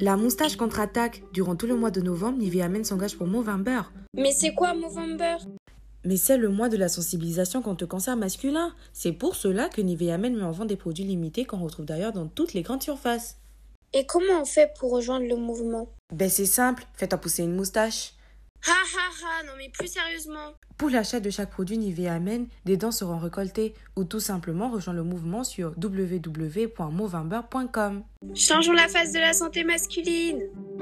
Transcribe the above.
La moustache contre-attaque. Durant tout le mois de novembre, Nivea s'engage pour Movember. Mais c'est quoi Movember Mais c'est le mois de la sensibilisation contre le cancer masculin. C'est pour cela que Nivea met en vend des produits limités qu'on retrouve d'ailleurs dans toutes les grandes surfaces. Et comment on fait pour rejoindre le mouvement Ben c'est simple, faites-en pousser une moustache. Ha ha ha, non mais plus sérieusement Pour l'achat de chaque produit Nivea Men, des dents seront récoltées ou tout simplement rejoins le mouvement sur www.movember.com. Changeons la face de la santé masculine